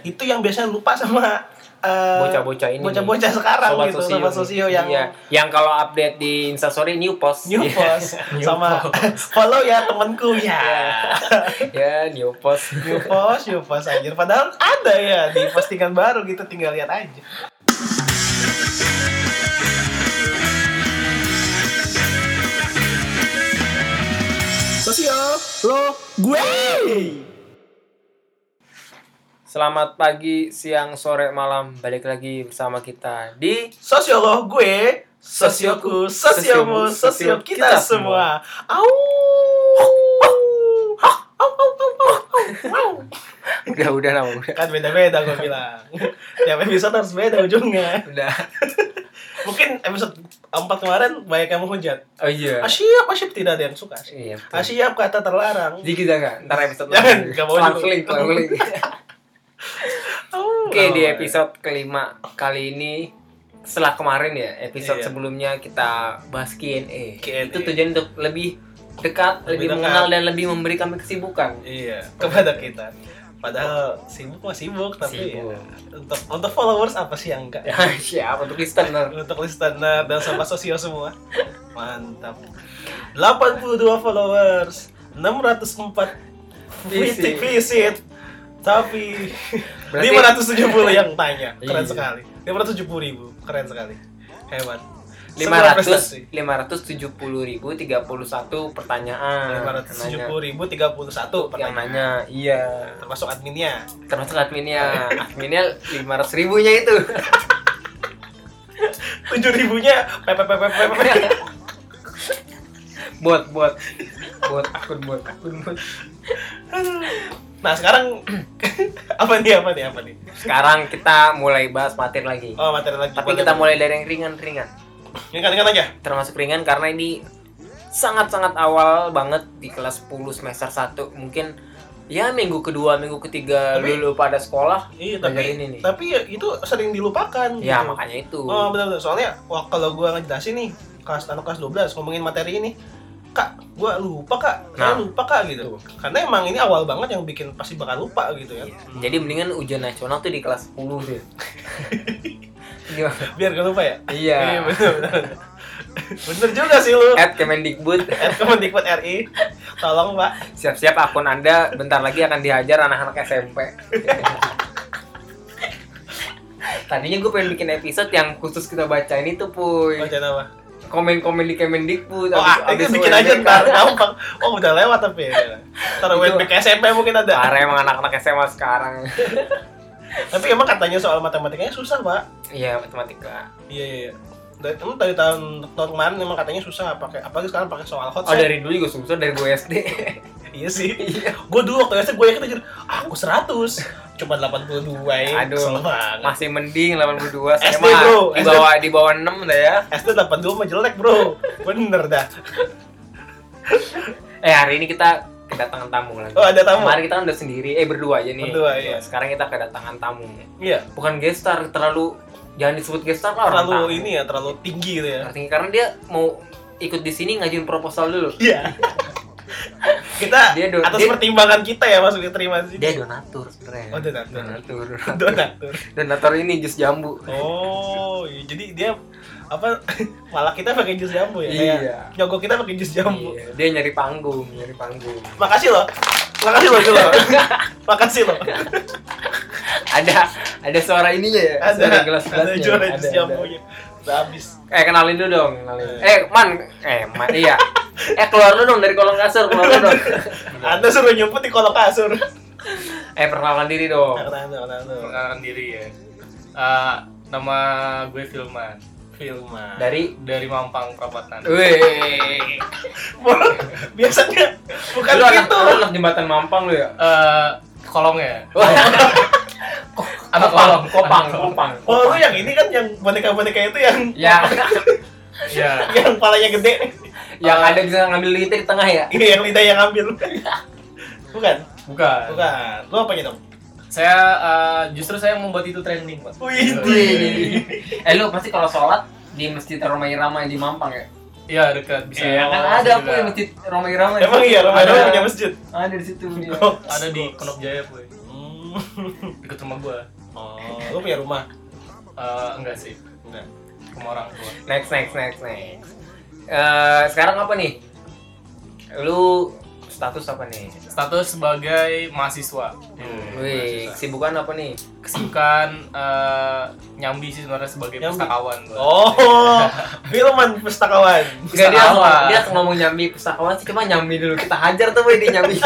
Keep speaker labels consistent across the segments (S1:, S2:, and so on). S1: itu yang biasanya lupa sama eh,
S2: Bocah-bocah ini nih.
S1: bocah-bocah sekarang
S2: Sobat
S1: gitu
S2: sosio
S1: sama
S2: nih.
S1: sosio yang
S2: Iya. yang kalau update di instastory new post
S1: new
S2: Iya.
S1: post
S2: New
S1: sama
S2: post.
S1: follow ya temanku ya
S2: ya new post
S1: new post new post aja padahal ada ya di postingan baru gitu tinggal lihat aja
S2: sosio lo gue selamat pagi siang sore malam balik lagi bersama kita di
S1: sosiolog gue sosioku sosiomu sosio kita semua au Au, au, au, au, au, au.
S2: udah udah nama udah
S1: kan beda-beda gue bilang tiap episode harus beda ujungnya
S2: udah
S1: mungkin episode 4 kemarin banyak yang menghujat
S2: oh iya
S1: asyap asyap tidak ada yang suka asyap.
S2: iya betul. Iya.
S1: asyap kata terlarang
S2: jadi kita nggak ntar episode
S1: Jangan,
S2: lain.
S1: nggak mau juga.
S2: Langsung link, langsung link.
S1: Au.
S2: Oke di
S1: ya.
S2: episode kelima kali ini setelah kemarin ya episode
S1: Iya.
S2: sebelumnya kita bahas Q&A.
S1: Q&A.
S2: Itu tujuan untuk lebih dekat,
S1: Lebih
S2: lebih,
S1: dekat.
S2: mengenal dan lebih memberi kami kesibukan.
S1: iya kepada kita padahal sibuk mah sibuk tapi
S2: Sibuk.
S1: ya, untuk untuk followers apa sih yang enggak
S2: Siapa untuk listener?
S1: untuk listener dan sobat sosio semua mantap 82 followers 604 visit,
S2: Visit.
S1: visit. tapi
S2: Berarti-
S1: 570 yang tanya keren
S2: Iya.
S1: sekali 570 ribu keren sekali hebat Sebuah
S2: 500
S1: prestasi.
S2: 570.031 pertanyaan.
S1: 570 ribu 31
S2: Nanya- yang
S1: pertanyaan
S2: nanya iya
S1: termasuk adminnya
S2: termasuk adminnya adminnya 500 ribunya itu
S1: 7 ribunya PPPPP
S2: buat buat buat akun buat akun buat
S1: nah sekarang apa nih apa nih apa nih
S2: sekarang kita mulai bahas materi lagi
S1: oh materi lagi
S2: Tapi kita mulai dari yang ringan-ringan.
S1: ingat-ingat kan, aja
S2: Termasuk ringan karena ini sangat-sangat awal banget di kelas 10 semester 1. Mungkin ya minggu kedua, minggu ketiga
S1: Tapi-
S2: dulu pada sekolah.
S1: Iya,
S2: Belajar
S1: tapi
S2: ini nih.
S1: tapi ya itu sering dilupakan. gitu.
S2: Ya makanya itu.
S1: Oh, benar-benar. Soalnya wah kalau gua ngejelasin nih kelas anak kelas 12 ngomongin materi ini, Kak, gua lupa Kak. Saya
S2: Nah.
S1: lupa Kak gitu. Karena emang ini awal banget yang bikin pasti bakal lupa gitu ya.
S2: Jadi mendingan ujian nasional tuh di kelas 10 sih. Iya.
S1: Biar gak lupa ya.
S2: Iya.
S1: benar benar. bener juga sih lu.
S2: At Kemendikbud,
S1: At Kemendikbud RI. Tolong, Pak.
S2: siap-siap akun Anda bentar lagi akan dihajar anak-anak SMP. Tadinya gue pengen bikin episode yang khusus kita bacain itu, Puy.
S1: Baca nama.
S2: komen-komen di Kemendikbud
S1: Oh, ah, itu bikin aja ntar gampang. Oh, udah lewat tapi. ya. Ntar
S2: Itu-
S1: WNBK SMP mungkin ada.
S2: Parah emang anak-anak SMA sekarang
S1: Tapi emang katanya soal matematikanya susah, Pak.
S2: Iya matematika
S1: Iya iya. iya. Dari, emang dari tahun tahun kemarin emang katanya susah pakai apalagi sekarang pakai soal hot
S2: Oh dari dulu juga susah dari gue SD
S1: Iya sih.
S2: Iya.
S1: gue dulu waktu SD gue yakin aja aku 100 "Ah, cuma 82 ya.
S2: Aduh.
S1: Kesel banget.
S2: Masih mending 82 saya
S1: SD,
S2: mah
S1: bro.
S2: di bawah di bawah 6 dah ya
S1: SD 82 mah jelek, Bro. Bener dah.
S2: Eh hari ini kita kedatangan tamu lagi
S1: Oh, ada tamu.
S2: Kemarin kita kan udah sendiri Eh berdua aja nih
S1: Berdua, iya.
S2: Sekarang kita kedatangan tamu
S1: Iya,
S2: Bukan gestar terlalu Jangan disebut gestar lah orang Iya. tamu.
S1: terlalu ini ya, terlalu tinggi gitu ya.
S2: Artinya karena dia mau ikut di sini ngajuin proposal dulu
S1: Iya. kita
S2: Dia do-
S1: atas
S2: dia-
S1: pertimbangan kita ya masuk diterima di sini.
S2: Dia donatur sebenarnya
S1: Oh, donatur.
S2: Donatur
S1: Donatur.
S2: Donatur ini jus jambu
S1: Oh, iya. jadi dia apa malah kita pakai jus jambu ya.
S2: Iya.
S1: Kayak nyogok kita pakai jus jambu.
S2: Iya, dia nyari panggung, nyari panggung.
S1: Makasih loh. Makasih loh, loh. Makasih loh.
S2: Ada ada suara ininya ya, suara
S1: Ada
S2: gelas gelasnya.
S1: ada juara jus jambunya. Udah habis.
S2: Eh kenalin dulu dong, kenalin.
S1: Eh.
S2: Eh man, eh man, iya. Eh keluar dulu dong dari kolong kasur, keluar dulu dong.
S1: Anda suruh nyumput di kolong kasur.
S2: eh perkenalkan diri dong.
S1: Karena anu, karena anu.
S3: perkenalkan diri ya. Eh, nama gue Filman
S1: Filman.
S2: Dari
S3: dari Mampang
S2: Eh.
S3: Perapatan.
S2: Wih,
S1: Biasanya bukan
S2: lu anak,
S1: gitu.
S2: lu anak jembatan Mampang lu ya?
S3: Eh, kolong ya.
S1: Oh.
S2: Wah,
S3: Anak kolong,
S2: kopang,
S3: Anak
S2: kopang.
S1: Oh, lu yang ini kan yang boneka-boneka itu yang
S2: Ya,
S3: Iya.
S1: yang palanya gede,
S2: yang
S3: Eh.
S2: ada Ya, bisa ngambil duitnya di tengah ya?
S1: Iya, yang lidah yang ambil. Bukan,
S3: Bukan.
S1: bukan. Lu gitu? apanya dong?
S3: Saya eh, justru saya yang membuat itu trending, Pak. Iya.
S1: Wih,
S2: Wih. Eh lu pasti kalau sholat di masjid Roma Irama yang di Mampang ya?
S3: Iya, dekat bisa.
S2: Iya kan
S3: bisa
S2: ada aku
S3: juga.
S2: yang masjid Roma Irama.
S1: Emang iya, Romadhon
S3: Ada.
S1: punya masjid.
S2: Ada di situ iya. dia.
S1: Gok.
S3: ada di Konok Jaya, Boy.
S1: Hmm.
S3: Ikut rumah gua.
S1: Oh, lu punya rumah?
S3: Eh, enggak sih,
S1: Enggak.
S3: rumah orang tua.
S2: Next, next, next, next. Eh, sekarang apa nih? Lu status apa nih?
S3: Status sebagai mahasiswa. Iya.
S2: Wih, kesibukan apa nih?
S3: Kesibukan eh, nyambi sih sebenarnya sebagai
S1: Nyambi.
S3: pustakawan. gua.
S1: Oh, Firman pustakawan.
S2: Enggak dia
S3: Pustakawan.
S2: dia ngomong nyambi pustakawan sih cuma nyambi dulu kita hajar tuh boy di nyambi.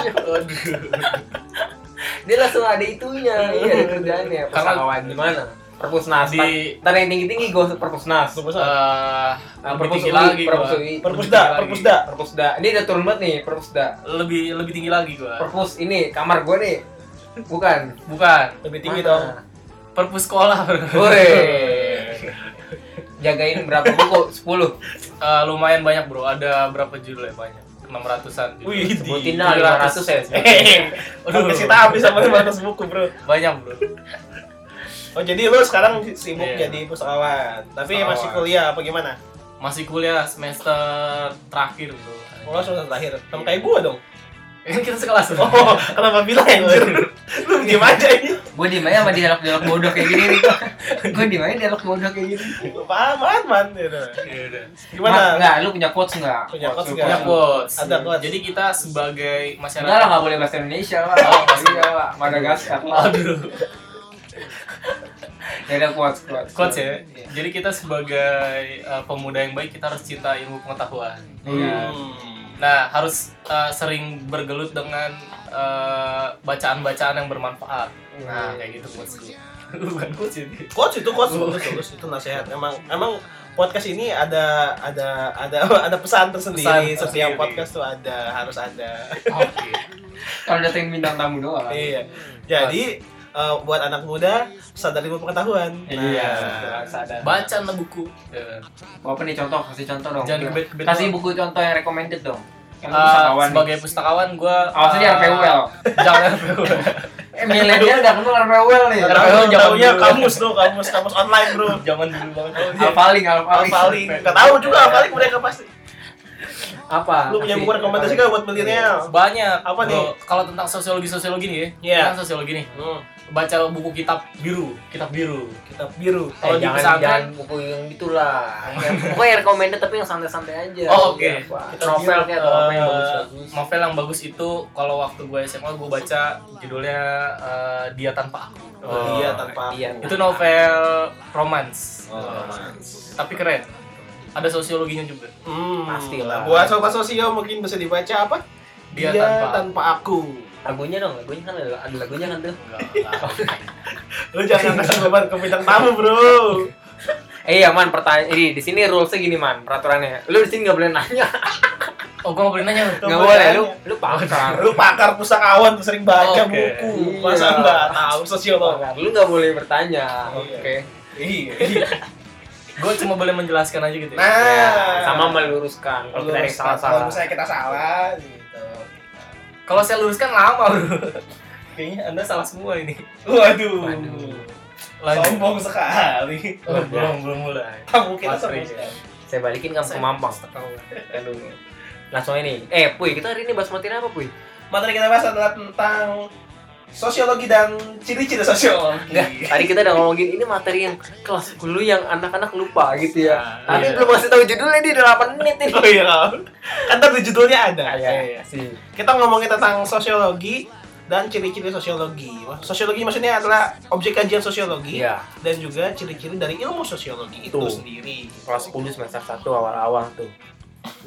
S2: dia langsung ada itunya, iya ada kerjaannya. Pustakawan di mana? Perpusnas.
S3: Di-
S2: Ntar yang tinggi-tinggi gue perpusnas.
S1: Pustakawan.
S3: Eh,
S2: Ah,
S3: lebih
S2: perpus
S3: tinggi
S2: UI,
S3: lagi gua.
S2: perpus UI.
S1: Perpusda,
S3: Lebih tinggi
S1: perpusda.
S2: Perpusda. Ini udah turun banget nih, perpusda.
S3: Lebih lebih tinggi lagi gua.
S2: Perpus ini kamar gue nih. Bukan.
S3: Bukan,
S1: Lebih tinggi
S2: Mana?
S1: dong.
S3: perpus sekolah. bro.
S2: Woi. Jagain berapa buku? 10.
S3: Eh, lumayan banyak bro, ada berapa judul ya banyak? 600-an judul.
S1: Wih, di.
S2: Sebutin dah 500 ya.
S1: Udah
S3: Aduh.
S1: kita habis sama 500 buku, Bro.
S3: Banyak bro
S1: Oh, jadi lu sekarang sibuk
S3: Iya.
S1: jadi pustakawan. Tapi
S3: Pustakawan.
S1: masih kuliah apa gimana?
S3: Masih kuliah semester terakhir bro
S1: Kalau Oh, semester terakhir, sama kayak gua dong.
S3: Kan kita sekelas bro
S1: Oh, kenapa bilang anjir? Lu diem aja ini.
S2: Gue di mana sama dialog-dialog bodoh kayak gini nih. Gue di mana dialog bodoh kayak gini.
S1: Lu paham amat, man. Gitu.
S3: Iya, udah.
S2: Ma,
S1: Gimana?
S2: enggak, lu punya quotes enggak?
S1: Punya quotes
S2: lu
S1: nggak?
S3: Punya quotes
S1: Ada quotes.
S3: Jadi kita sebagai
S2: Enggak lah,
S3: masyarakat
S2: enggak boleh bahasa Indonesia lah.
S3: Oh,
S2: iya lah, Madagaskar lah.
S3: Aduh
S2: Ya udah quotes, quotes.
S3: Quotes ya Jadi kita sebagai uh, pemuda yang baik kita harus cinta ilmu pengetahuan
S1: Hmm.
S2: Iya.
S3: Nah harus uh, sering bergelut dengan uh, bacaan-bacaan yang bermanfaat Nah kayak gitu quotesku Bukan quotes ini
S1: Coach itu coach bagus, bagus itu nasihat. Emang emang podcast ini ada ada ada ada pesan tersendiri.
S3: Pesan
S1: Setiap
S3: tersendiri.
S1: podcast tuh ada harus ada.
S3: Oke
S2: Kalau datengin bintang tamu doang.
S1: iya. Jadi eh, buat anak muda sadar ilmu pengetahuan.
S2: Iya, sadar.
S3: Baca lah buku Ya.
S2: Apa nih contoh? Kasih contoh dong.
S3: Jangan kebet-kebet
S2: Kasih
S3: doang.
S2: buku contoh yang recommended dong. Yang
S3: Ah,
S2: pustakawan Oh, nih.
S3: sebagai pustakawan gue
S2: Awas dia
S1: Ah.
S2: RPUL.
S3: jangan RPUL
S2: Eh, milenial gak kenal RPUL nih.
S1: Nah,
S3: RPL
S1: tahu
S3: zaman
S1: taunya
S3: dulu.
S1: kamus tuh, kamus kamus online, Bro.
S3: zaman dulu banget
S2: Oh, Alpaling, alpaling.
S1: Paling enggak tahu juga paling mereka pasti.
S2: Apa?
S1: Lu punya
S2: Iya. Kasih-
S1: buku rekomendasi gak buat milenial?
S3: banyak
S1: Apa
S3: Bro.
S1: nih?
S3: kalau tentang sosiologi sosiologi nih ya
S1: Iya.
S3: tentang sosiologi nih baca buku kitab biru kitab biru
S1: Kitab biru.
S2: Eh,
S3: Kalau di
S2: jangan,
S3: pesantren-
S2: jangan buku yang gitulah. Yang- Pokoknya yang recommended tapi yang santai-santai aja.
S3: Oh, oke.
S2: Iya, Pak. Novel kayak atau apa yang
S3: Eh,
S2: bagus-bagus.
S3: novel yang bagus itu kalau waktu gue SMA gue baca judulnya eh, dia tanpa aku
S1: Oh, dia tanpa
S2: Iya.
S1: aku.
S3: itu novel romance
S1: Oh,
S3: tapi keren ada sosiologinya juga
S1: Hmm,
S2: Pastilah.
S1: Buat sobat sosio mungkin bisa dibaca apa?
S3: dia, tanpa,
S1: aku.
S2: Lagunya dong, lagunya kan ada, ada lagunya kan tuh.
S1: Lu jangan kasih beban ke bintang tamu, Bro.
S2: Eh iya man, pertanyaan ini di sini rulesnya gini man, peraturannya. Lu di sini nggak boleh nanya,
S3: oh gue mau boleh nanya Bro.
S1: Nggak
S2: nggak
S1: boleh
S2: boleh.
S1: nanya.
S2: Lu lu pakar.
S1: Lu pakar pustakawan tuh sering baca
S3: Oke.
S1: buku.
S2: Iya.
S1: Masa enggak tahu sosiolog?
S2: Pakar. Lu nggak boleh bertanya.
S1: Iya.
S2: Oke.
S1: Iya.
S3: gue cuma boleh menjelaskan aja gitu ya.
S1: Nah,
S2: Ya, sama meluruskan. Kalau kita ada yang salah-salah.
S1: Kalau misalnya kita salah gitu.
S3: Kalau saya luruskan lama bro. Kayaknya anda salah semua ini.
S1: Waduh.
S2: Waduh.
S1: Sombong Nah. sekali.
S3: Oh, belum belum mulai.
S1: Kamu kita
S3: Mas Pri.
S1: sombong sekali.
S2: Saya balikin kamu ke Mampang. Aduh. Langsung ini. Eh, Puy, kita hari ini bahas materi apa, Puy?
S1: Materi kita bahas adalah tentang sosiologi dan ciri-ciri sosiologi.
S2: Enggak, tadi kita udah ngomongin ini materi yang kelas dulu yang anak-anak lupa gitu ya.
S3: Ah,
S2: Tapi
S3: iya.
S2: belum kasih tahu judulnya di 8 menit ini.
S1: Oh iya, Ram. kan tadi judulnya ada.
S2: Iya, sih.
S1: Kita ngomongin tentang sosiologi dan ciri-ciri sosiologi. Wah, Sosiologi maksudnya adalah objek kajian sosiologi
S2: Iya,
S1: dan juga ciri-ciri dari ilmu sosiologi itu
S2: Tuh.
S1: sendiri.
S2: kelas 10 semester 1 awal-awal tuh.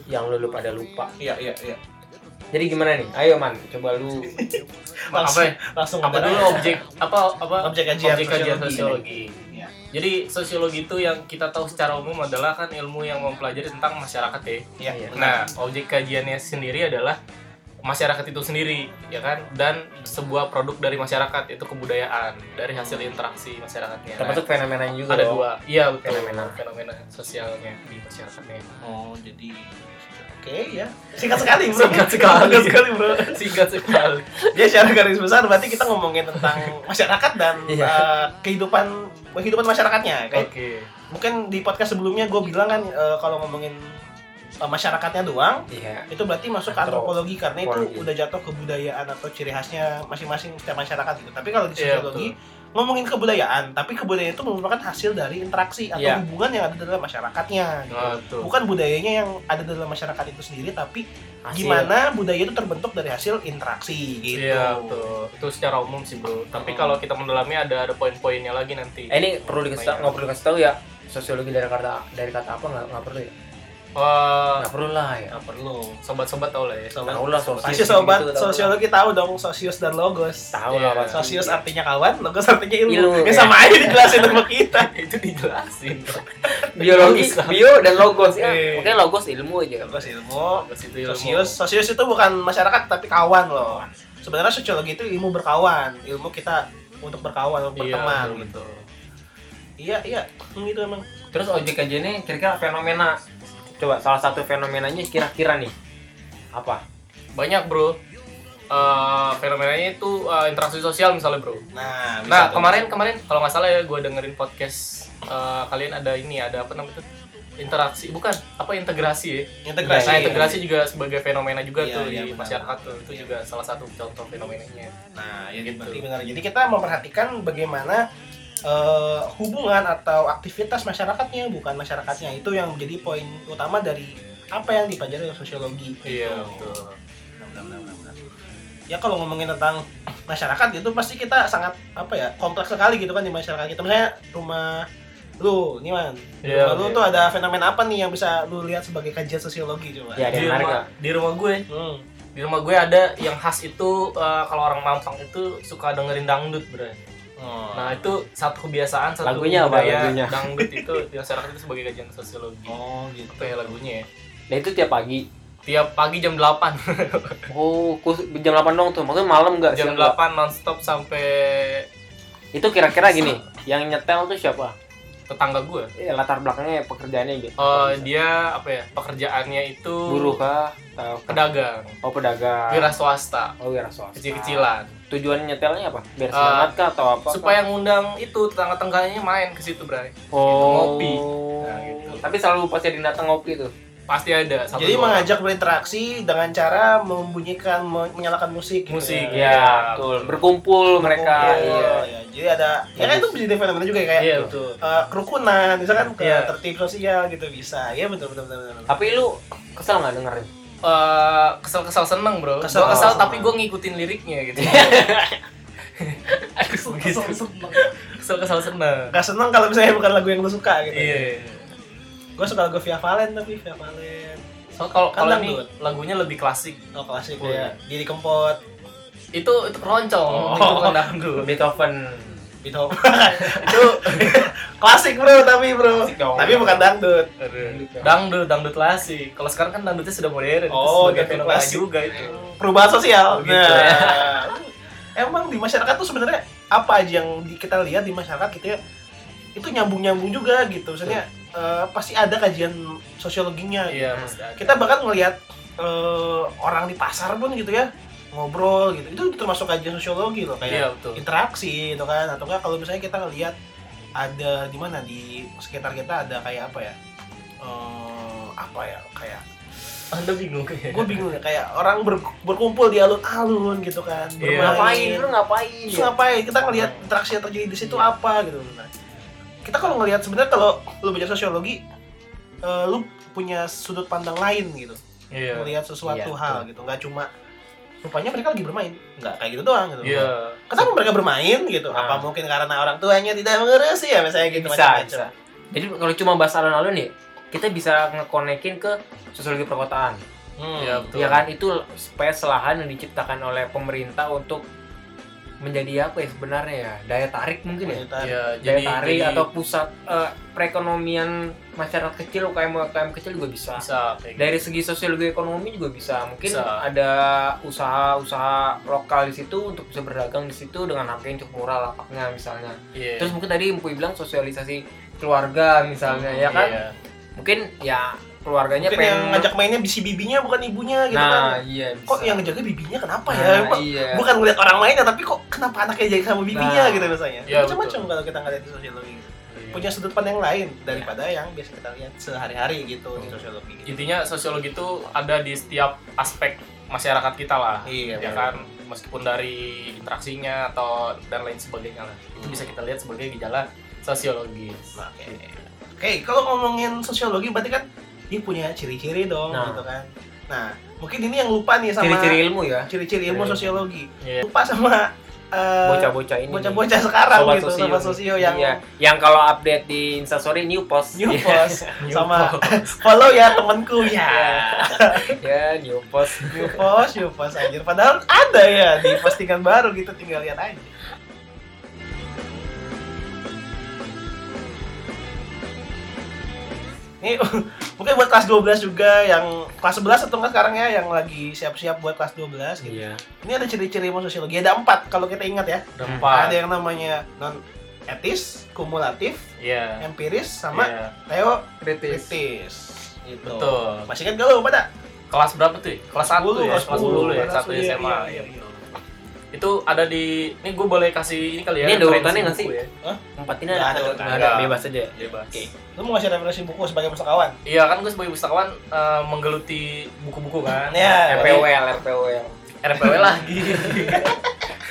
S2: Yang lu lupa ada lupa.
S1: Iya, iya, iya.
S2: Jadi gimana nih? Ayo man, coba lu
S1: Langsung,
S3: Apa? ya?
S1: langsung
S3: Apa
S1: kita-
S3: dulu objek apa apa
S1: objek kajian
S3: objek kajian
S1: sosiologi.
S3: sosiologi.
S1: Iya.
S3: Jadi sosiologi itu yang kita tahu secara umum adalah kan ilmu yang mempelajari tentang masyarakat ya.
S1: Iya,
S2: Iya.
S3: Nah, objek kajiannya sendiri adalah masyarakat itu sendiri, ya kan? Dan sebuah produk dari masyarakat itu kebudayaan dari hasil interaksi masyarakatnya. Nah,
S2: termasuk fenomenanya juga.
S3: ada
S2: loh.
S3: dua, iya betul.
S2: Fenomena.
S3: fenomena sosialnya di masyarakatnya.
S1: Oh, jadi Oke ya, singkat sekali bro.
S3: Singkat sekali.
S1: Singkat sekali bro.
S3: Singkat sekali.
S1: Jadi secara garis besar berarti kita ngomongin tentang masyarakat dan
S2: Iya.
S1: eh, kehidupan kehidupan masyarakatnya. Kayak
S3: Oke.
S1: mungkin di podcast sebelumnya gue bilang kan eh, kalau ngomongin eh, masyarakatnya doang
S2: Iya.
S1: itu berarti masuk ke
S2: Antro-
S1: antropologi karena
S2: antropologi.
S1: itu udah jatuh kebudayaan atau ciri khasnya masing-masing setiap masyarakat gitu tapi kalau di
S3: Iya,
S1: sosiologi ngomongin kebudayaan tapi kebudayaan itu merupakan hasil dari interaksi atau
S2: Iya. Nah.
S1: hubungan yang ada dalam masyarakatnya gitu.
S3: Oh, tuh.
S1: bukan budayanya yang ada dalam masyarakat itu sendiri tapi
S2: Hasil.
S1: gimana budaya itu terbentuk dari hasil interaksi gitu Oh.
S3: Iya, tuh. Itu secara umum sih, Bro. Tapi kalau kita mendalami ada ada poin-poinnya lagi nanti.
S2: Eh, ini perlu dikasih tau, nggak perlu dikasih tahu ya sosiologi dari kata dari kata apa nggak nggak perlu ya?
S3: Wah,
S2: Nggak perlu lah ya.
S1: nggak perlu
S3: sobat-sobat tau lah ya.
S1: Sobat-
S2: Tahu lah sosius.
S1: pasti sobat sosiologi tahu dong sosius dan logos
S2: Tahu lah
S3: Iya.
S2: pasti.
S1: sosius artinya kawan logos artinya ilmu,
S2: Ilmu,
S1: ya
S2: ya.
S1: sama aja dijelasin sama kita
S3: itu dijelasin.
S1: Oh,
S2: biologi, bio dan logos ya.
S1: Eh.
S2: Makanya logos ilmu aja.
S1: logos ilmu
S3: Terus itu ilmu.
S1: sosius sosius itu bukan masyarakat tapi kawan loh sebenarnya sosiologi itu ilmu berkawan ilmu kita untuk berkawan untuk
S3: Iya,
S1: berteman
S3: betul,
S1: gitu
S3: betul.
S1: iya iya hmm, gitu emang
S2: Terus ojek aja ini kira-kira fenomena coba salah satu fenomenanya kira-kira nih apa?
S3: Banyak, Bro. Eh, fenomenanya itu eh, interaksi sosial misalnya, Bro.
S1: nah bisa
S3: Nah,
S1: tuh.
S3: kemarin kemarin kalau nggak salah ya gue dengerin podcast eh, kalian ada ini ada apa namanya tuh? interaksi bukan apa integrasi ya
S1: integrasi
S3: nah integrasi juga sebagai fenomena juga
S1: Iya,
S3: tuh
S1: iya,
S3: di
S1: benar.
S3: masyarakat tuh itu juga salah satu contoh fenomenanya
S1: Nah, ya
S3: Gitu.
S1: berarti benar. Jadi kita memperhatikan bagaimana eh, hubungan atau aktivitas masyarakatnya, bukan masyarakatnya itu yang menjadi poin utama dari apa yang dipelajari oleh sosiologi.
S3: iya
S1: Gitu.
S3: betul
S1: Benar, benar, benar, benar. Ya kalau ngomongin tentang masyarakat gitu pasti kita sangat apa ya kompleks sekali gitu kan di masyarakat kita. Misalnya rumah lu, nih man,
S3: Iya,
S1: rumah lu
S3: iya.
S1: tuh ada fenomena apa nih yang bisa lu lihat sebagai kajian sosiologi coba?
S2: Ya, ada yang
S3: di
S2: menarik
S3: rumah,
S2: nggak?
S3: di rumah gue
S1: Hmm.
S3: di rumah gue ada yang khas itu eh, kalau orang Mampang itu suka dengerin dangdut bro nah itu satu kebiasaan satu
S2: Lagunya apa,
S3: budaya
S2: lagunya?
S3: dangdut itu di masyarakat itu sebagai kajian sosiologi
S1: Oh gitu.
S3: apa ya lagunya ya
S2: Nah itu tiap pagi.
S3: tiap pagi jam 8
S2: Oh, kus- jam 8 dong tuh. Maksudnya malam enggak
S3: jam 8 nonstop sampai
S2: Itu kira-kira gini, yang nyetel tuh siapa?
S3: tetangga gue.
S2: Ya, latar belakangnya pekerjaannya gitu.
S3: Eh dia apa ya? Pekerjaannya itu
S2: buruh kah? Atau
S3: pedagang,
S2: Oh, pedagang.
S3: wira swasta,
S2: Oh, wira swasta.
S3: kecil-kecilan.
S2: Tujuan nyetelnya apa? Biar
S3: Eh,
S2: semangat kah atau apa? kah?
S3: Supaya ngundang itu tetangga-tetangganya main ke situ, Bray.
S2: oh.
S3: ngopi. Nah, gitu.
S2: Tapi selalu pas jadi datang ngopi tuh.
S3: Pasti ada satu
S1: Jadi
S3: dua orang.
S1: mengajak berinteraksi dengan cara membunyikan me- menyalakan musik. gitu
S3: Musik.
S1: ya.
S3: Iya,
S2: betul. Berkumpul mereka.
S1: Kumpul,
S2: Iya.
S1: ya. Jadi ada ya kan itu bisa jadi fenomena juga ya, kayak
S3: Iya, betul.
S1: eh, kerukunan, misalkan ke
S3: Iya.
S1: tertib sosial gitu bisa. Ya betul betul betul. betul.
S2: Tapi lu kesel nggak dengerin?
S3: Eh, kesel-kesel seneng, Bro.
S1: Kesel-
S3: Kesel, kesel
S1: seneng.
S3: tapi gue ngikutin liriknya gitu. Gitu. Kesel-kesel seneng.
S1: Gak seneng kalau misalnya bukan lagu yang lu suka gitu.
S3: Iya.
S1: Gue suka lagu Via Valen tapi Via Valen
S3: So kalau
S1: Kan
S3: kalau ini
S1: dangdut.
S3: lagunya lebih klasik.
S1: oh klasik
S3: Oh,
S1: ya. Jadi kempot,
S3: Itu itu keroncong,
S1: Oh.
S3: itu bukan dangdut.
S2: Beethoven.
S1: Beethoven. itu klasik bro tapi bro.
S2: Klasik dong.
S1: Tapi bukan dangdut.
S3: Dangdut, dangdut klasik. Kalau sekarang kan dangdutnya sudah modern. itu
S1: Oh,
S3: sebagai
S1: dangdut
S3: fenomena
S1: klasik.
S3: juga itu.
S1: perubahan sosial. Nah.
S3: Oh, gitu ya.
S1: Emang di masyarakat tuh sebenarnya apa aja yang di- kita lihat di masyarakat gitu ya itu nyambung-nyambung juga gitu. Misalnya eh, pasti ada kajian sosiologinya. gitu.
S3: Iya, pasti ada.
S1: Kita bahkan ngelihat eh, orang di pasar pun gitu ya ngobrol gitu. Itu termasuk kajian sosiologi loh
S3: Iya,
S1: kayak
S3: betul.
S1: interaksi gitu kan atau nggak kalau misalnya kita ngelihat ada di mana di sekitar kita ada kayak apa ya? Eh, apa ya kayak
S3: Anda bingung kayaknya.
S1: gue bingung ya kayak orang ber- berkumpul di alun-alun gitu kan
S3: Iya.
S1: bermain.
S2: Ngapain? Lu ngapain?
S1: terus
S2: ya?
S1: ngapain kita ngelihat interaksi yang terjadi di situ
S2: Iya.
S1: apa gitu Nah, kita kalau ngelihat sebenarnya kalau lu belajar sosiologi eh, lu punya sudut pandang lain gitu
S3: Iya.
S1: melihat sesuatu
S2: Iya,
S1: hal gitu nggak cuma rupanya mereka lagi bermain nggak kayak gitu doang gitu
S3: Iya.
S1: kenapa mereka bermain gitu apa
S2: Nah.
S1: mungkin karena orang tuanya tidak mengurusi ya misalnya gitu
S2: bisa,
S1: macam-macam.
S2: bisa. Jadi kalau cuma bahas alun-alun ya, kita bisa ngekonekin ke sosiologi perkotaan.
S1: Hmm.
S3: Iya, betul.
S2: Ya kan itu space lahan yang diciptakan oleh pemerintah untuk menjadi apa ya sebenarnya ya daya tarik mungkin ya
S1: Kita-
S3: Iya,
S2: daya
S3: jadi
S2: tarik
S3: jadi
S2: atau pusat eh, perekonomian masyarakat kecil UKM UKM kecil juga bisa
S3: bisa kayak gitu.
S2: dari segi sosiologi ekonomi juga bisa mungkin
S3: Bisa.
S2: ada usaha-usaha lokal di situ untuk bisa berdagang di situ dengan harga yang cukup murah lapaknya misalnya
S3: Iya.
S2: terus mungkin tadi Mpu bilang sosialisasi keluarga misalnya ya kan
S3: Iya.
S2: mungkin ya keluarganya
S1: mungkin
S2: pengen
S1: yang ngajak mainnya bisi bibinya bukan ibunya gitu kan
S2: nah iya
S1: kok
S2: bisa.
S1: yang ngejaga bibinya kenapa
S2: Nah,
S1: ya? Emang
S2: iya.
S1: Bukan ngeliat orang lainnya, tapi kok kenapa anaknya jadi sama bibinya
S2: Nah. Iya.
S1: gitu misalnya.
S3: Iya,
S1: Macam-macam
S3: betul.
S1: kalau kita ngeliat di sosiologi. punya sudut pandang lain daripada yang biasa kita lihat sehari-hari gitu di sosiologi gitu.
S3: intinya sosiologi itu ada di setiap aspek masyarakat kita lah
S1: Iya, benar.
S3: ya kan meskipun dari interaksinya atau dan lain sebagainya lah itu bisa kita lihat sebagai
S2: Iya.
S3: gejala sosiologis
S1: Nah, Oke. Oke, kalau ngomongin sosiologi berarti kan dia punya ciri-ciri dong
S2: Nah.
S1: gitu kan. Nah, mungkin ini yang lupa nih sama
S2: Ciri-ciri ilmu ya.
S1: ciri-ciri ilmu
S2: Ciri.
S1: sosiologi.
S3: Iya.
S1: Lupa sama eh,
S2: Bocah-bocah ini.
S1: bocah-bocah sekarang
S2: Sobat
S1: gitu
S2: sosio.
S1: sama sosio yang
S2: Iya. Yang kalau update di Instastory new post.
S1: new
S2: Iya.
S1: post
S3: New
S1: sama follow ya temanku ya.
S2: ya new post.
S1: New post, new post anjir. Padahal ada ya di postingan baru gitu tinggal lihat aja. Ini mungkin buat kelas 12 juga yang kelas 11 atau enggak sekarang ya yang lagi siap-siap buat kelas 12 gitu.
S2: Iya.
S1: Ini ada ciri-ciri ilmu sosiologi. Ada empat kalau kita ingat ya.
S3: Ada empat
S1: Ada yang namanya non etis, kumulatif,
S3: iya
S1: empiris sama
S3: Iya.
S2: Kritis.
S1: teoritis. Gitu.
S3: betul
S1: Masih ingat gak lu pada?
S3: kelas berapa tuh ya? kelas satu ya kelas 10 dulu ya
S1: kelas
S3: satu
S1: iya,
S3: SMA
S1: iya, iya.
S3: itu ada di ini gue boleh kasih ini kali ya
S2: Ini ada
S3: referensi
S2: urutannya nggak
S3: buku
S2: sih?
S3: ya.
S2: Empat ini
S1: Nggak ada,
S2: ada, atau-
S1: nggak
S2: nggak ada,
S3: ada.
S2: bebas aja.
S1: Iya,
S3: Bebas.
S2: Oke.
S1: Lu mau ngasih referensi buku sebagai pustakawan?
S3: Iya kan gue sebagai pustakawan eh, menggeluti buku-buku kan.
S1: Iya.
S3: RPW,
S2: RPWL, RPWL.
S3: RPW lagi.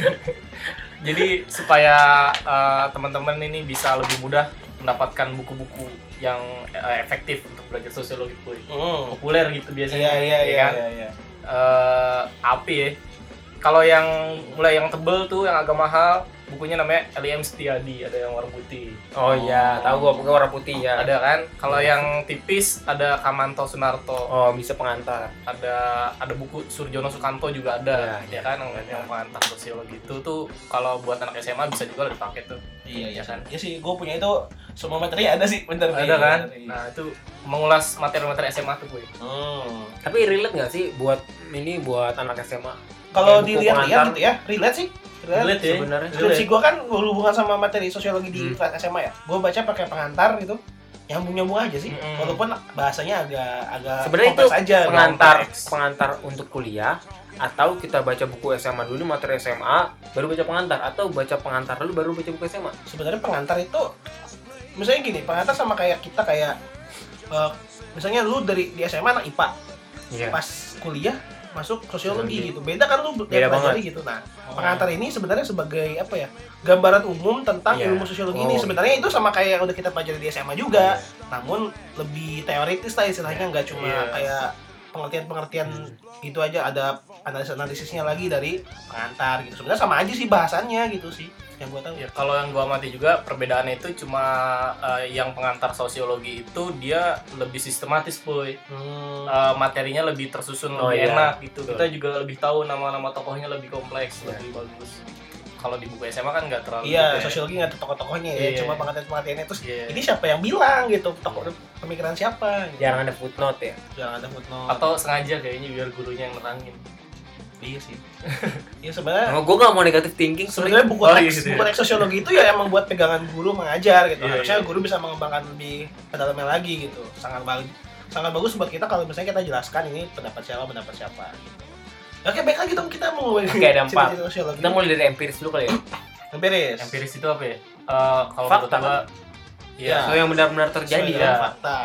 S3: Jadi supaya eh, teman-teman ini bisa lebih mudah mendapatkan buku-buku yang eh, efektif untuk belajar sosiologi kuy.
S1: Hmm.
S3: Populer gitu
S1: Iya
S3: biasanya.
S1: iya
S3: ya
S1: iya
S3: kan?
S1: iya. iya.
S3: Eh, api ya. Kalau yang mulai yang tebel tuh yang agak mahal, bukunya namanya L.I.M. Setiadi, ada yang warna putih.
S2: Oh iya, tahu gua pakai warna putih ya.
S3: Ada kan? Kalau yang tipis ada Kamanto Sunarto.
S2: Oh, bisa pengantar.
S3: ada ada buku Surjono Sukanto juga ada
S2: Ya, ya.
S3: ya, kan yang yang pengantar sosiologi itu tuh kalau buat anak SMA bisa juga lah dipakai tuh
S1: Iya iya
S3: Ya kan?
S1: Ya sih, gue punya itu semua materi ada sih, bener
S3: ada
S1: Iya,
S3: kan
S1: iya.
S3: nah itu mengulas materi-materi SMA tuh gue
S1: Hmm.
S2: Tapi relate nggak sih buat ini buat anak SMA?
S1: Kalau
S2: Kayak buku
S1: dilihat-lihat
S2: pengantar.
S1: gitu ya, relate sih. Relate.
S3: Relate ya
S2: Sebenarnya.
S1: Skripsi gue kan berhubungan sama materi sosiologi di
S2: Iya. Hmm.
S1: kelas SMA ya. Gue baca pakai pengantar gitu, nyambung-nyambung aja sih.
S3: Mm-mm.
S1: Walaupun bahasanya agak agak
S2: Hmm. Sebenarnya itu
S1: kompleks aja. gitu.
S2: pengantar
S3: konteks.
S2: pengantar untuk kuliah atau kita baca buku SMA dulu materi SMA baru baca pengantar atau baca pengantar dulu baru baca buku SMA
S1: sebenarnya pengantar itu misalnya gini pengantar sama kayak kita kayak eh, misalnya lu dari di SMA anak IPA
S2: iya
S1: pas kuliah masuk sosiologi
S2: Sosiologi.
S1: gitu beda kan lu be-
S2: Beda Hmm.
S1: pelajari gitu nah
S2: Iya.
S1: pengantar ini sebenarnya sebagai apa ya gambaran umum tentang
S2: Iya.
S1: ilmu sosiologi ini
S2: Oh, Iya.
S1: sebenarnya itu sama kayak yang udah kita pelajari di SMA juga namun lebih teoritis lah istilahnya nggak cuma
S3: Iya. Hmm.
S1: kayak pengertian-pengertian
S2: Hmm.
S1: gitu aja ada analisis-analisisnya lagi dari pengantar gitu sebenarnya sama aja sih bahasannya gitu sih yang gua tahu
S3: ya kalau yang gue amati juga perbedaannya itu cuma eh, yang pengantar sosiologi itu dia lebih sistematis boy
S1: Hmm.
S3: Eh, materinya lebih tersusun
S2: Oh, iya.
S3: lebih enak gitu
S2: Betul.
S3: kita juga lebih tahu nama-nama tokohnya lebih kompleks
S2: Iya.
S3: lebih bagus kalau di buku SMA kan nggak terlalu
S1: Iya,
S3: gitu ya.
S1: sosiologi nggak ada tokoh-tokohnya ya,
S3: Iya.
S1: cuma pengertian-pengertiannya terus
S3: Iya.
S1: ini siapa yang bilang gitu, tokoh pemikiran siapa? Gitu.
S2: jarang ada footnote ya
S1: Jangan ada footnote.
S3: atau sengaja kayaknya biar gurunya yang nerangin
S1: iya sih. Iya sebenarnya
S2: nah, gue nggak mau negatif thinking
S1: sebenarnya buku
S3: Oh, iya
S1: teks,
S3: gitu ya.
S1: buku teks sosiologi itu ya emang buat pegangan guru mengajar gitu.
S3: Iya,
S1: Harusnya
S3: iya.
S1: guru bisa mengembangkan lebih ke dalamnya lagi gitu. Sangat bagus. Sangat bagus buat kita kalau misalnya kita jelaskan ini pendapat siapa, pendapat siapa gitu. Oke, baik lagi dong kita mau
S2: Oke, ada empat.
S1: cerita-cerita sosiologi.
S2: kita mulai dari empiris dulu kali ya
S1: Yang beres.
S3: empiris itu apa ya Eh, kalau
S2: Fakta
S3: menurut gua
S1: Ya.
S3: ya
S2: so yang benar-benar terjadi
S1: Sesuai
S2: ya
S1: dengan Fakta.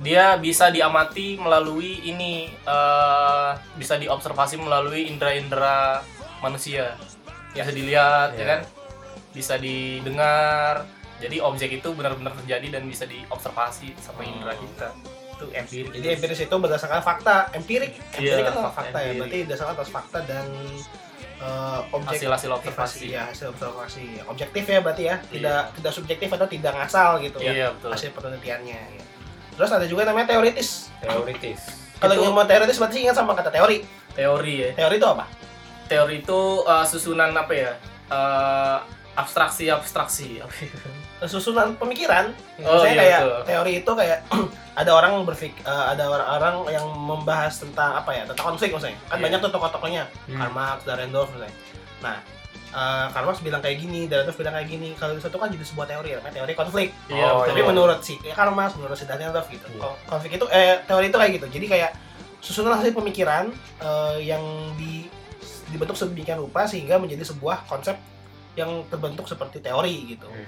S3: dia bisa diamati melalui ini eh, bisa diobservasi melalui indera-indera manusia bisa dilihat ya
S2: Iya.
S3: kan bisa didengar jadi objek itu benar-benar terjadi dan bisa diobservasi sama
S1: Hmm.
S3: indera kita itu empiris
S1: Jadi empiris itu berdasarkan fakta, empirik. Empirik
S3: Iya,
S1: kan fakta,
S3: fakta
S1: fakta ya,
S3: empirik.
S1: berarti berdasarkan atas fakta dan eh, objek
S3: hasil hasil
S1: observasi
S3: observasi
S1: ya, hasil observasi. Objektif ya berarti ya, tidak tidak subjektif atau tidak ngasal gitu.
S3: iya betul
S1: Hasil penelitiannya. ya. Terus ada juga namanya teoritis.
S2: ya. teoritis
S1: Kalau
S3: Itu-
S1: yang mau teoritis berarti ingat sama kata teori.
S3: teori ya
S1: Teori itu apa?
S3: teori itu eh, susunan apa ya Eh, abstraksi abstraksi apa ya?
S1: Susunan pemikiran.
S3: Oh,
S1: Saya
S3: iya,
S1: kayak
S3: betul.
S1: teori itu kayak ada orang berfik eh, ada orang-orang yang membahas tentang apa ya tentang konflik misalnya. Kan
S3: Iya.
S1: banyak tuh tokoh-tokohnya.
S2: Hmm.
S1: Karl Marx, Darren Dorf misalnya. Nah, eh Karl Marx bilang kayak gini, Darren Dorf bilang kayak gini. Kalau itu kan jadi sebuah teori, namanya teori konflik.
S3: Iya,
S2: Oh,
S3: betul.
S1: Tapi menurut si ya, Karl Marx, menurut si Darren Dorf gitu.
S2: Iya.
S1: Kon- Konflik itu, eh, teori itu kayak gitu. Jadi kayak susunan hasil pemikiran eh, yang di, dibentuk
S3: Iya.
S1: sedemikian rupa sehingga menjadi sebuah konsep yang terbentuk seperti teori gitu.
S2: Hmm.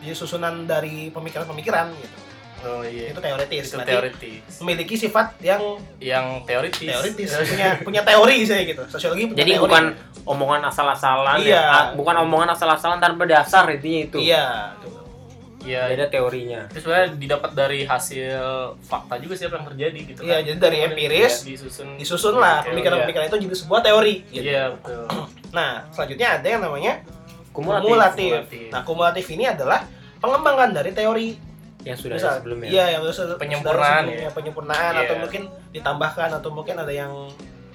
S1: jadi susunan dari pemikiran-pemikiran gitu
S3: Oh iya.
S1: itu teoritis
S3: Itu
S1: berarti
S3: teoritis.
S1: memiliki sifat yang
S3: Yang teoritis.
S1: teoritis punya punya teori saya gitu sosiologi punya
S2: Jadi
S1: teori.
S2: bukan omongan asal-asalan ya.
S1: Iya.
S2: Ah, bukan omongan asal-asalan tanpa dasar intinya itu.
S1: iya tuh.
S3: Iya.
S2: Ada teorinya.
S3: Itu sebenarnya didapat dari hasil fakta juga sih apa yang terjadi gitu
S1: Iya, jadi dari
S3: Kemudian
S1: empiris,
S3: dia disusun
S1: disusun lah
S3: teori,
S1: pemikiran-pemikiran itu jadi sebuah teori
S3: Iya,
S1: gitu.
S3: Iya, betul.
S1: nah selanjutnya ada yang namanya
S2: Kumulatif,
S1: kumulatif.
S3: kumulatif.
S1: Nah, kumulatif ini adalah pengembangan dari teori
S2: yang sudah
S1: Misal,
S2: ada sebelumnya. ya.
S1: Iya, yang sudah- sudah
S3: Penyempurnaan,
S1: sebelumnya, penyempurnaan
S3: Iya.
S1: atau mungkin ditambahkan atau mungkin ada yang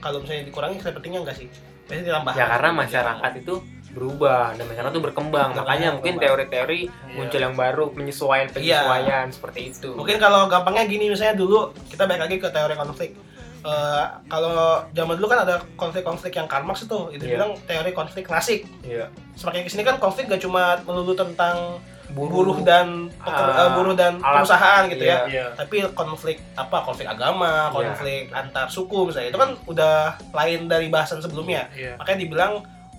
S1: kalau misalnya dikurangi sepertinya enggak sih. Biasanya ditambahkan.
S2: Ya karena masyarakat itu berubah dan masyarakat itu berkembang.
S1: Berkembang,
S2: Makanya mungkin
S1: berkembang. Iya.
S2: teori-teori
S3: Iya,
S2: muncul yang baru, penyesuaian penyesuaian seperti itu.
S1: Mungkin kalau gampangnya gini misalnya dulu kita balik lagi ke teori konflik. Eh, kalau zaman dulu kan ada konflik-konflik yang Karl Marx itu, itu
S2: Iya.
S1: bilang teori konflik klasik.
S2: Iya.
S1: Semakin kesini kan konflik gak cuma melulu tentang buruh,
S2: buruh,
S1: dan peker-
S2: Ah,
S1: eh, buruh dan
S2: alat.
S1: perusahaan gitu ya.
S2: Iya.
S3: Iya.
S1: tapi konflik apa konflik agama
S2: Iya.
S1: konflik antar suku misalnya itu kan udah lain dari bahasan sebelumnya
S3: Iya.
S1: makanya dibilang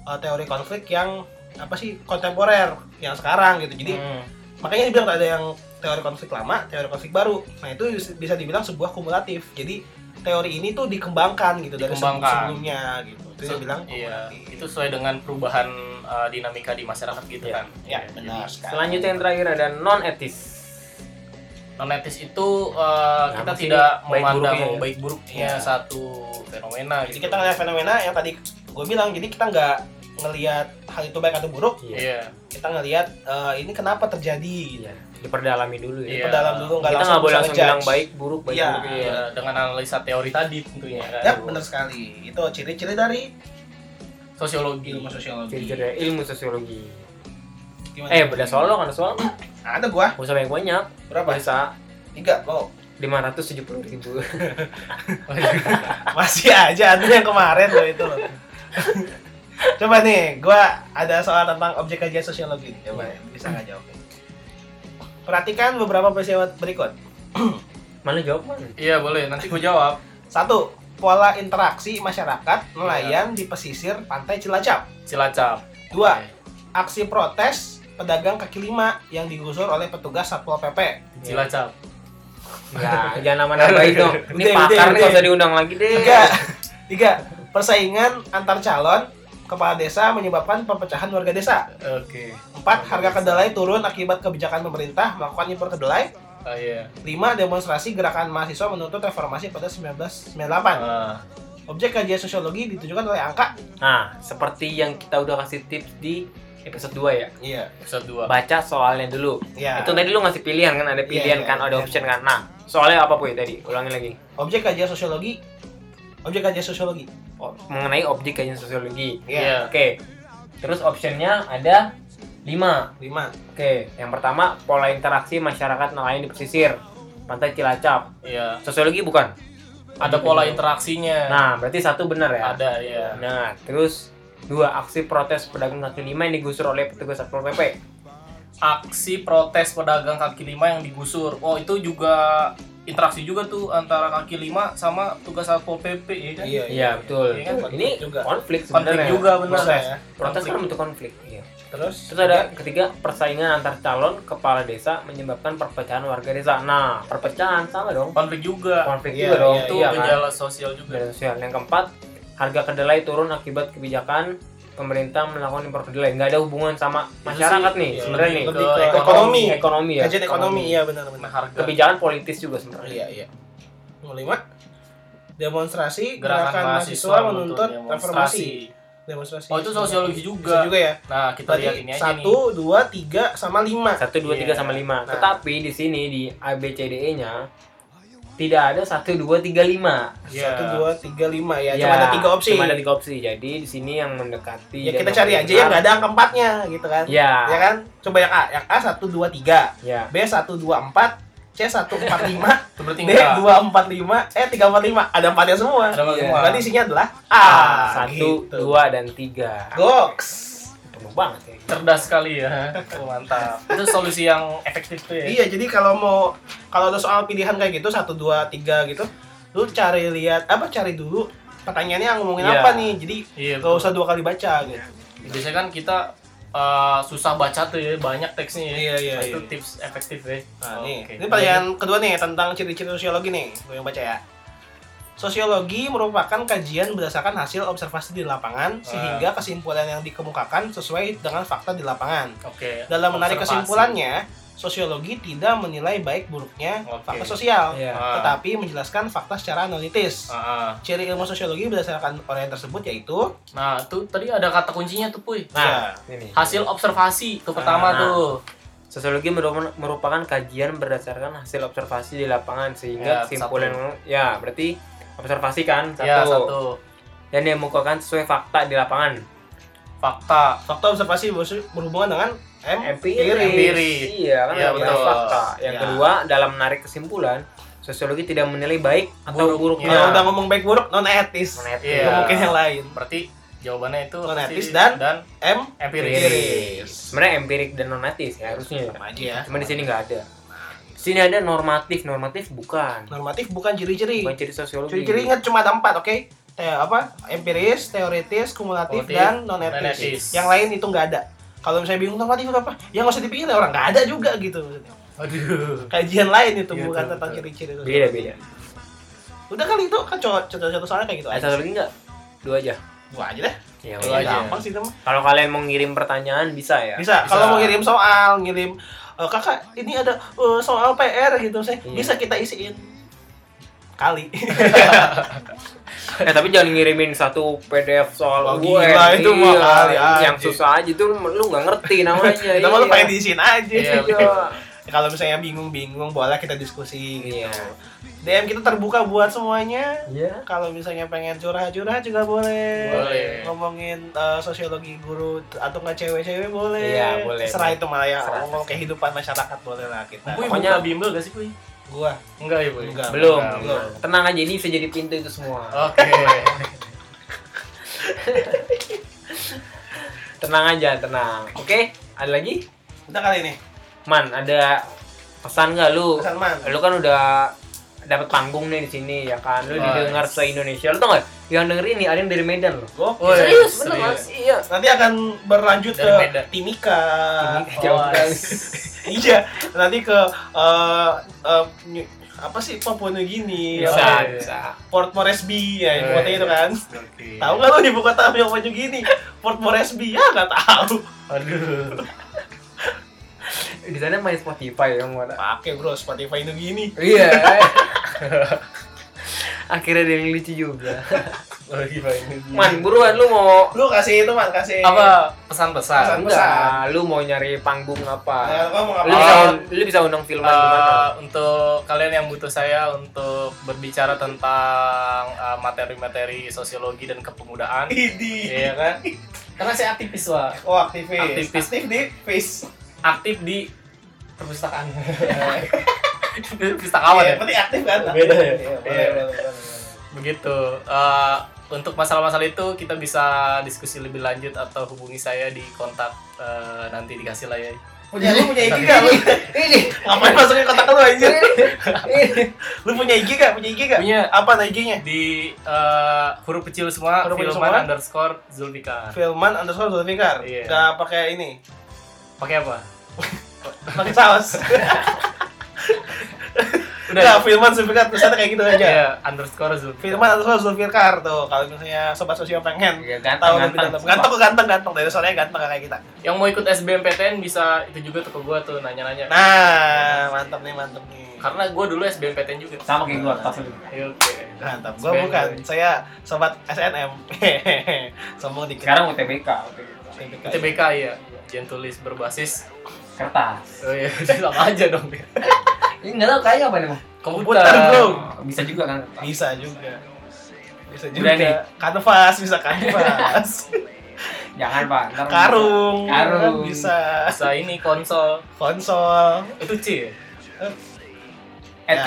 S1: uh, teori konflik yang apa sih kontemporer yang sekarang gitu jadi
S3: Hmm.
S1: makanya dibilang ada yang teori konflik lama teori konflik baru nah itu bis- bisa dibilang sebuah kumulatif jadi teori ini tuh dikembangkan gitu dari sebelum-
S3: Dikembangkan.
S1: sebelumnya gitu itu yang
S3: Se-
S1: bilang
S3: iya.
S1: kumulatif
S3: Itu sesuai dengan perubahan uh, dinamika di masyarakat gitu
S2: Iya.
S3: kan.
S1: ya
S3: Iya.
S1: benar sekali
S2: Selanjutnya yang terakhir ada non etis.
S3: Nonetis itu uh,
S2: Nah,
S3: kita
S2: maksudnya
S3: tidak
S2: baik
S3: memandang
S2: buruknya ya.
S3: baik buruknya
S1: Iya.
S3: satu fenomena
S1: jadi
S3: gitu.
S1: kita ngeliat fenomena yang tadi gue bilang jadi kita nggak ngelihat hal itu baik atau buruk
S3: Iya.
S1: kita ngelihat eh, ini kenapa terjadi
S2: Iya. Diperdalami dulu ya.
S3: Iya.
S1: Perdalam dulu nggak
S2: Kita
S1: langsung
S2: nggak boleh
S1: bisa
S2: langsung
S1: ngejudge.
S2: bilang baik buruk baik
S1: Iya.
S2: buruk.
S3: Iya, dengan analisa teori tadi tentunya kan.
S1: Yap, benar Ya, sekali. Itu ciri-ciri dari
S3: Sosiologi.
S1: ilmu sosiologi.
S2: Ciri-ciri dari ya, ilmu sosiologi.
S1: Gimana?
S2: Eh, beda soal lo kan ada soal?
S1: ada gua
S2: Gak usah banyak-banyak.
S1: berapa?
S2: Bisa
S1: Tiga. Oh,
S2: 570 ribu.
S1: masih aja ada yang kemarin loh itu loh. Coba nih, gua ada soal tentang objek kajian sosiologi. nih. Coba
S2: Iya.
S1: bisa nggak jawab? Perhatikan beberapa peristiwa berikut.
S2: Mana jawab mana?
S3: Iya boleh, nanti gue jawab.
S1: Satu, pola interaksi masyarakat nelayan
S2: Iya.
S1: di pesisir pantai Cilacap.
S3: Cilacap.
S1: Dua,
S3: Oke.
S1: aksi protes pedagang kaki lima yang digusur oleh petugas satpol pp.
S3: Cilacap.
S2: Ya, Iya. jangan nama-namain dong. Ini
S1: Udah,
S2: pakar
S1: udah,
S2: nih
S1: udah.
S2: usah diundang lagi deh.
S1: Tiga, tiga persaingan antar calon kepala desa menyebabkan perpecahan warga desa.
S3: Oke.
S1: Empat, harga kedelai turun akibat kebijakan pemerintah melakukan impor kedelai.
S3: Oh iya.
S1: Lima, demonstrasi gerakan mahasiswa menuntut reformasi pada 1998.
S3: Ah,
S1: Objek kajian sosiologi ditujukan oleh angka.
S2: Nah, seperti yang kita udah kasih tips di episode 2 ya.
S1: Iya.
S3: episode 2.
S2: Baca soalnya dulu.
S1: Iya.
S2: Itu tadi lu ngasih pilihan kan, ada
S1: Iya,
S2: pilihan
S1: iya,
S2: kan, ada
S1: iya.
S2: option kan. Nah, soalnya apa Puy tadi? Ulangi lagi.
S1: Objek kajian sosiologi. Objek kajian sosiologi.
S2: O- Oh, mengenai objek kajian sosiologi.
S1: Iya.
S2: Oke. Terus optionnya ada 5.
S1: Lima.
S2: Oke, yang pertama pola interaksi masyarakat nelayan di pesisir pantai Cilacap.
S3: Iya.
S2: Sosiologi bukan?
S3: Ada pola interaksinya.
S2: Nah, berarti satu benar ya.
S3: Ada ya.
S2: Nah, terus dua aksi protes pedagang kaki lima yang digusur oleh petugas satpol pp.
S3: Aksi protes pedagang kaki lima yang digusur. Oh itu juga interaksi juga tuh antara kaki lima sama tugas satpol pp ya kan?
S2: Iya betul.
S3: Iya kan,
S2: Ini
S1: konflik juga.
S2: konflik
S3: Konflik
S2: sebenarnya.
S3: juga benar.
S1: Proses ya.
S2: Protes
S3: Konflik.
S2: kan bentuk konflik. Iya.
S1: Terus,
S2: Terus ada ketiga persaingan antar calon kepala desa menyebabkan perpecahan warga desa. Nah, perpecahan sama dong.
S3: Konflik juga.
S2: Konflik
S1: Iya,
S2: juga dong.
S1: iya,
S3: Itu
S2: Iya, kan?
S3: gejala sosial juga.
S2: Media sosial. Yang keempat, harga kedelai turun akibat kebijakan pemerintah melakukan impor kedelai. Nggak ada hubungan sama masyarakat nih
S3: Iya,
S2: sebenarnya nih.
S1: lebih
S3: ke
S1: ke
S3: ekonomi.
S1: ekonomi.
S2: Ekonomi ya.
S1: Kajian ekonomi, iya benar-benar.
S3: Nah, harga
S2: Kebijakan politis juga sebenarnya.
S1: Iya, iya. Nomor lima. Demonstrasi
S3: gerakan mahasiswa menuntut
S1: reformasi.
S3: demonstrasi.
S1: demonstrasi.
S3: Oh itu sosiologi
S1: Bisa
S3: juga.
S1: juga ya.
S3: Nah kita
S1: Berarti
S3: lihat ini aja nih.
S1: satu, dua, tiga, sama lima.
S2: satu dua tiga
S3: Iya.
S2: sama lima
S1: Nah.
S2: tetapi di sini di ABCDE nya tidak ada satu dua tiga lima Iya,
S3: Iya.
S1: Satu, dua, tiga, lima ya. Cuma ada tiga opsi.
S2: cuma ada tiga opsi jadi di sini yang mendekati
S1: Ya
S2: dan
S1: kita
S2: yang
S1: cari aja
S2: mendengar-
S1: yang nggak ada angka empatnya gitu kan.
S2: ya
S3: Iya.
S1: Ya kan? Coba yang A. Yang A satu dua tiga,
S2: ya
S1: B satu dua empat, C satu empat lima,
S3: Itu berarti
S1: D
S3: enggak.
S1: dua empat lima, E tiga empat lima. Ada empatnya semua.
S3: Ada empat
S2: Iya.
S3: semua.
S1: Berarti isinya adalah A.
S2: Ah, satu
S1: gitu.
S2: dua dan tiga
S1: Goks.
S2: penuh banget ya
S3: cerdas sekali ya mantap itu solusi yang efektif tuh
S1: Oh,
S3: ya
S1: Iya, jadi kalau mau kalau ada soal pilihan kayak gitu satu dua tiga gitu, lu cari lihat apa cari dulu pertanyaannya ngomongin
S2: Iya.
S1: apa nih. Jadi
S3: iya
S1: nggak
S3: betul. Iya.
S1: usah dua kali baca gitu.
S3: biasanya kan kita eh, susah baca tuh ya, banyak teksnya ya.
S1: Iya, iya,
S3: Nah, itu
S1: iya.
S3: tips efektif ya.
S1: Nah, nih.
S3: Oke.
S1: Ini pertanyaan kedua nih tentang ciri-ciri sosiologi nih, gue yang baca ya. Sosiologi merupakan kajian berdasarkan hasil observasi di
S3: Ah.
S1: lapangan sehingga kesimpulan yang dikemukakan sesuai dengan fakta di lapangan.
S3: Oke.
S1: Dalam menarik
S3: Observasi.
S1: kesimpulannya, sosiologi tidak menilai baik buruknya
S3: Oke.
S1: fakta sosial,
S2: Iya.
S3: Ah.
S1: tetapi menjelaskan fakta secara analitis.
S3: Ah, ah.
S1: Ciri ilmu sosiologi berdasarkan orang tersebut yaitu
S3: Nah, tuh tadi ada kata kuncinya tuh, Puy. Nah,
S1: ya,
S2: Ini.
S3: hasil observasi tuh
S1: Nah,
S3: pertama
S2: Ah.
S3: tuh.
S2: Sosiologi meru- merupakan kajian berdasarkan hasil observasi di lapangan
S3: Ya,
S2: sehingga kesimpulan ya berarti observasi kan satu,
S3: Ya, satu.
S2: dan yang mengukuhkan sesuai fakta di lapangan
S3: Fakta.
S1: fakta observasi berhubungan dengan M.
S3: Empiris.
S2: iya kan
S3: Iya,
S2: merupakan
S3: betul.
S2: fakta yang
S1: Ya.
S2: kedua dalam menarik kesimpulan sosiologi tidak menilai baik atau
S3: Buruknya.
S2: buruknya
S1: Kalau udah ngomong baik buruk non etis.
S2: Menetap.
S3: ya. Iya.
S1: Nggak Mungkin yang lain.
S3: Berarti jawabannya itu
S1: Monetis
S3: pasti-
S1: dan-
S3: dan
S1: M
S3: empiris.
S1: Empiris.
S2: sebenarnya empirik dan nonatis ya harusnya
S1: sama aja ya.
S2: cuma di sini nggak ada Di sini ada normatif normatif bukan
S1: Normatif bukan ciri-ciri.
S2: bukan ciri sosiologi
S1: Ciri-ciri ingat cuma ada empat, oke? Te- apa? Empiris, teoritis, kumulatif,
S3: Kumulatif,
S1: dan non
S3: non-etis.
S1: etis. Yang lain itu nggak ada. Kalau misalnya bingung normatif apa, ya nggak usah dipikirin orang nggak ada juga gitu. maksudnya.
S3: Aduh.
S1: Kajian lain itu
S3: Iya,
S1: bukan
S3: betul,
S1: tentang
S3: betul. Iya.
S1: ciri-ciri. itu.
S2: beda beda
S1: Udah kali itu kan co- contoh-contoh soalnya kayak gitu
S2: ada
S1: aja.
S2: satu lagi nggak dua aja
S1: Gua aja deh.
S2: ya,
S3: Dua aja.
S1: Gampang sih itu mah.
S2: kalau kalian mau ngirim pertanyaan bisa ya
S1: Bisa.
S3: Bisa.
S1: Kalau mau ngirim soal, ngirim "Eh, kakak ini ada eh, soal PR gitu saya
S2: Iya.
S1: bisa kita isiin kali
S2: Eh, tapi jangan ngirimin satu PDF soal ya.
S1: Wah,
S2: Iya,
S1: gila, itu mah kali
S2: yang
S1: aja.
S2: susah aja itu lu lu nggak ngerti namanya
S1: kita mah lu
S2: iya.
S1: pengen diisiin aja
S3: Iya,
S2: Iya.
S1: Ya, kalau misalnya bingung-bingung boleh kita diskusi gitu.
S2: Iya.
S1: DM kita terbuka buat semuanya.
S2: Iya.
S1: Kalau misalnya pengen curhat-curhat juga boleh.
S3: Boleh.
S1: Ngomongin eh, sosiologi guru t- atau nggak cewek-cewek boleh.
S2: Iya, boleh.
S1: Serah itu malah ya
S2: Serah.
S1: ngomong kehidupan masyarakat boleh lah kita.
S3: Puy
S2: Pokoknya-
S3: buka bimbel gak sih, Puy?
S1: Gua
S3: Enggak ya, Puy?
S1: Enggak.
S2: belum
S3: Enggak,
S2: belum. tenang aja ini bisa jadi pintu itu semua
S1: Oh.
S3: Oke.
S2: tenang aja tenang oke ada lagi
S1: udah kali ini.
S2: man ada pesan nggak lu
S1: Pesan man.
S2: lu kan udah dapat panggung nih di sini ya kan lu
S3: Nice.
S2: didengar se Indonesia lu tau nggak yang dengerin nih ada yang dari Medan loh
S1: Gua-
S3: Woi,
S2: bener mas iya
S1: Nanti akan berlanjut
S3: Dari
S1: ke
S3: Medan.
S1: Timika.
S2: Timika, jauh
S1: Oh,
S2: banget.
S1: iya, nanti ke eh, eh, New- apa sih Papua Nugini,
S2: bisa
S1: apa,
S3: iya.
S2: bisa
S1: Port Moresby ya, ibu
S3: Oh,
S1: kota
S3: iya.
S1: itu kan.
S3: Oke.
S1: Tahu nggak lo di ibu kota yang maju gini? Port Moresby ya nggak tahu.
S3: Aduh.
S2: di sana main Spotify yang mau
S1: Pakai bro Spotify itu gini.
S2: Iya. Akhirnya ada yang lucu juga.
S3: Lagi main.
S2: Man, buruan lu mau
S1: Lu kasih itu man kasih.
S3: apa pesan-pesan?
S2: enggak? Lu mau nyari panggung
S1: Eh,
S2: apa?
S1: lu ngomong
S2: Lu
S1: apa?
S2: bisa lu bisa undang filman di mana?
S3: Eh, untuk kalian yang butuh saya untuk berbicara tentang eh, materi-materi sosiologi dan kepemudaan,
S1: Idi.
S3: iya kan? Karena saya aktivis wah,
S1: Oh aktivis.
S3: Aktivis.
S1: Aktif di Face.
S3: aktif di perpustakaan, pustakawan ya.
S1: Iya, Berarti aktif kan?
S3: Beda
S1: Iya,
S3: ya?
S1: boleh,
S3: Iya.
S1: boleh, boleh, boleh.
S3: Begitu. Eh, untuk masalah-masalah itu kita bisa diskusi lebih lanjut atau hubungi saya di kontak eh, nanti dikasih lah ya.
S1: Punya lu punya IG gak?
S2: Ini.
S1: Ngapain masukin kotak lu aja?
S2: Ini.
S1: Lu punya IG gak? Punya IG gak?
S3: Punya
S1: Apa nah IG-nya?
S3: di eh, huruf kecil semua,
S1: Huruf kecil
S3: Filman
S1: semua.
S3: underscore Zulfikar.
S1: Filman underscore Zulfikar.
S3: Iya.
S1: Gak pakai ini.
S3: Pakai apa?
S1: Pakai saus.
S3: Udah. ya?
S1: Gak Ya, Filman Zulfikar tulisannya kayak gitu aja.
S3: Iya, underscore Zulfikar.
S1: Firman atau Zulfir Zulfikar tuh kalau misalnya sobat sosio pengen
S2: Iya,
S1: tahu
S2: Ganteng,
S1: lebih dalam.
S2: ganteng.
S1: Ganteng kok ganteng ganteng dari soalnya ganteng kayak kita.
S3: Yang mau ikut SBMPTN bisa itu juga tuh ke gua tuh nanya-nanya.
S1: Nah, mantep nih mantep nih.
S3: Karena gua dulu SBMPTN juga.
S2: Sama kayak gua, tas lu.
S3: Iya, Oke.
S1: Mantap. Gua bukan, saya sobat SNM. Sombong dikit.
S2: Sekarang UTBK, UTBK.
S3: TBK ya. Gentulis berbasis.
S2: Kertas.
S3: Oh iya, sama aja dong.
S2: Ini eh, enggak tahu kayaknya apa nih, Bang?
S1: Komputer,
S3: Komputer.
S1: bro.
S2: Bisa juga kan kertas.
S1: Bisa juga. Bisa juga.
S2: Udah nih.
S1: Kanvas bisa kanvas.
S2: Jangan, Pak. Ntar
S1: Karung.
S2: Karung.
S1: Bisa.
S3: Bisa ini konsol.
S1: Konsol.
S3: Itu C. ya?
S2: At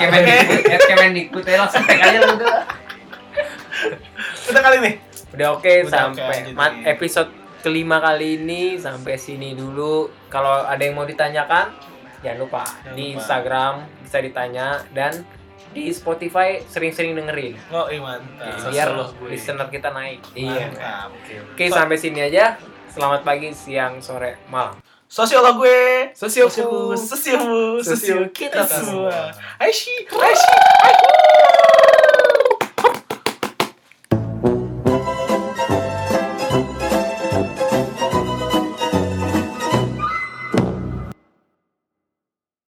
S1: Ya,
S2: Kemendikbud, at Kemendikbud ya langsung tag aja lu tuh.
S1: Udah kali nih.
S2: Udah oke
S1: Udah oke,
S2: sampai
S1: jadi-
S2: mat episode kelima kali ini sampai sini dulu. Kalau ada yang mau ditanyakan jangan lupa
S1: Jangan
S2: di
S1: lupa.
S2: Instagram bisa ditanya dan di Spotify sering-sering dengerin
S1: Oh, iya mantap.
S2: biar
S3: sosiolog gue.
S2: listener kita naik. Iya.
S1: Mantap.
S2: Oke sampai sini aja. Selamat pagi, siang, sore, malam.
S1: Sosiolog gue
S2: Sosioku.
S1: Sosioku, sosioku,
S2: Sosio
S1: sosio kita
S2: kita
S1: semua. Aishi, Aishi, Aishi.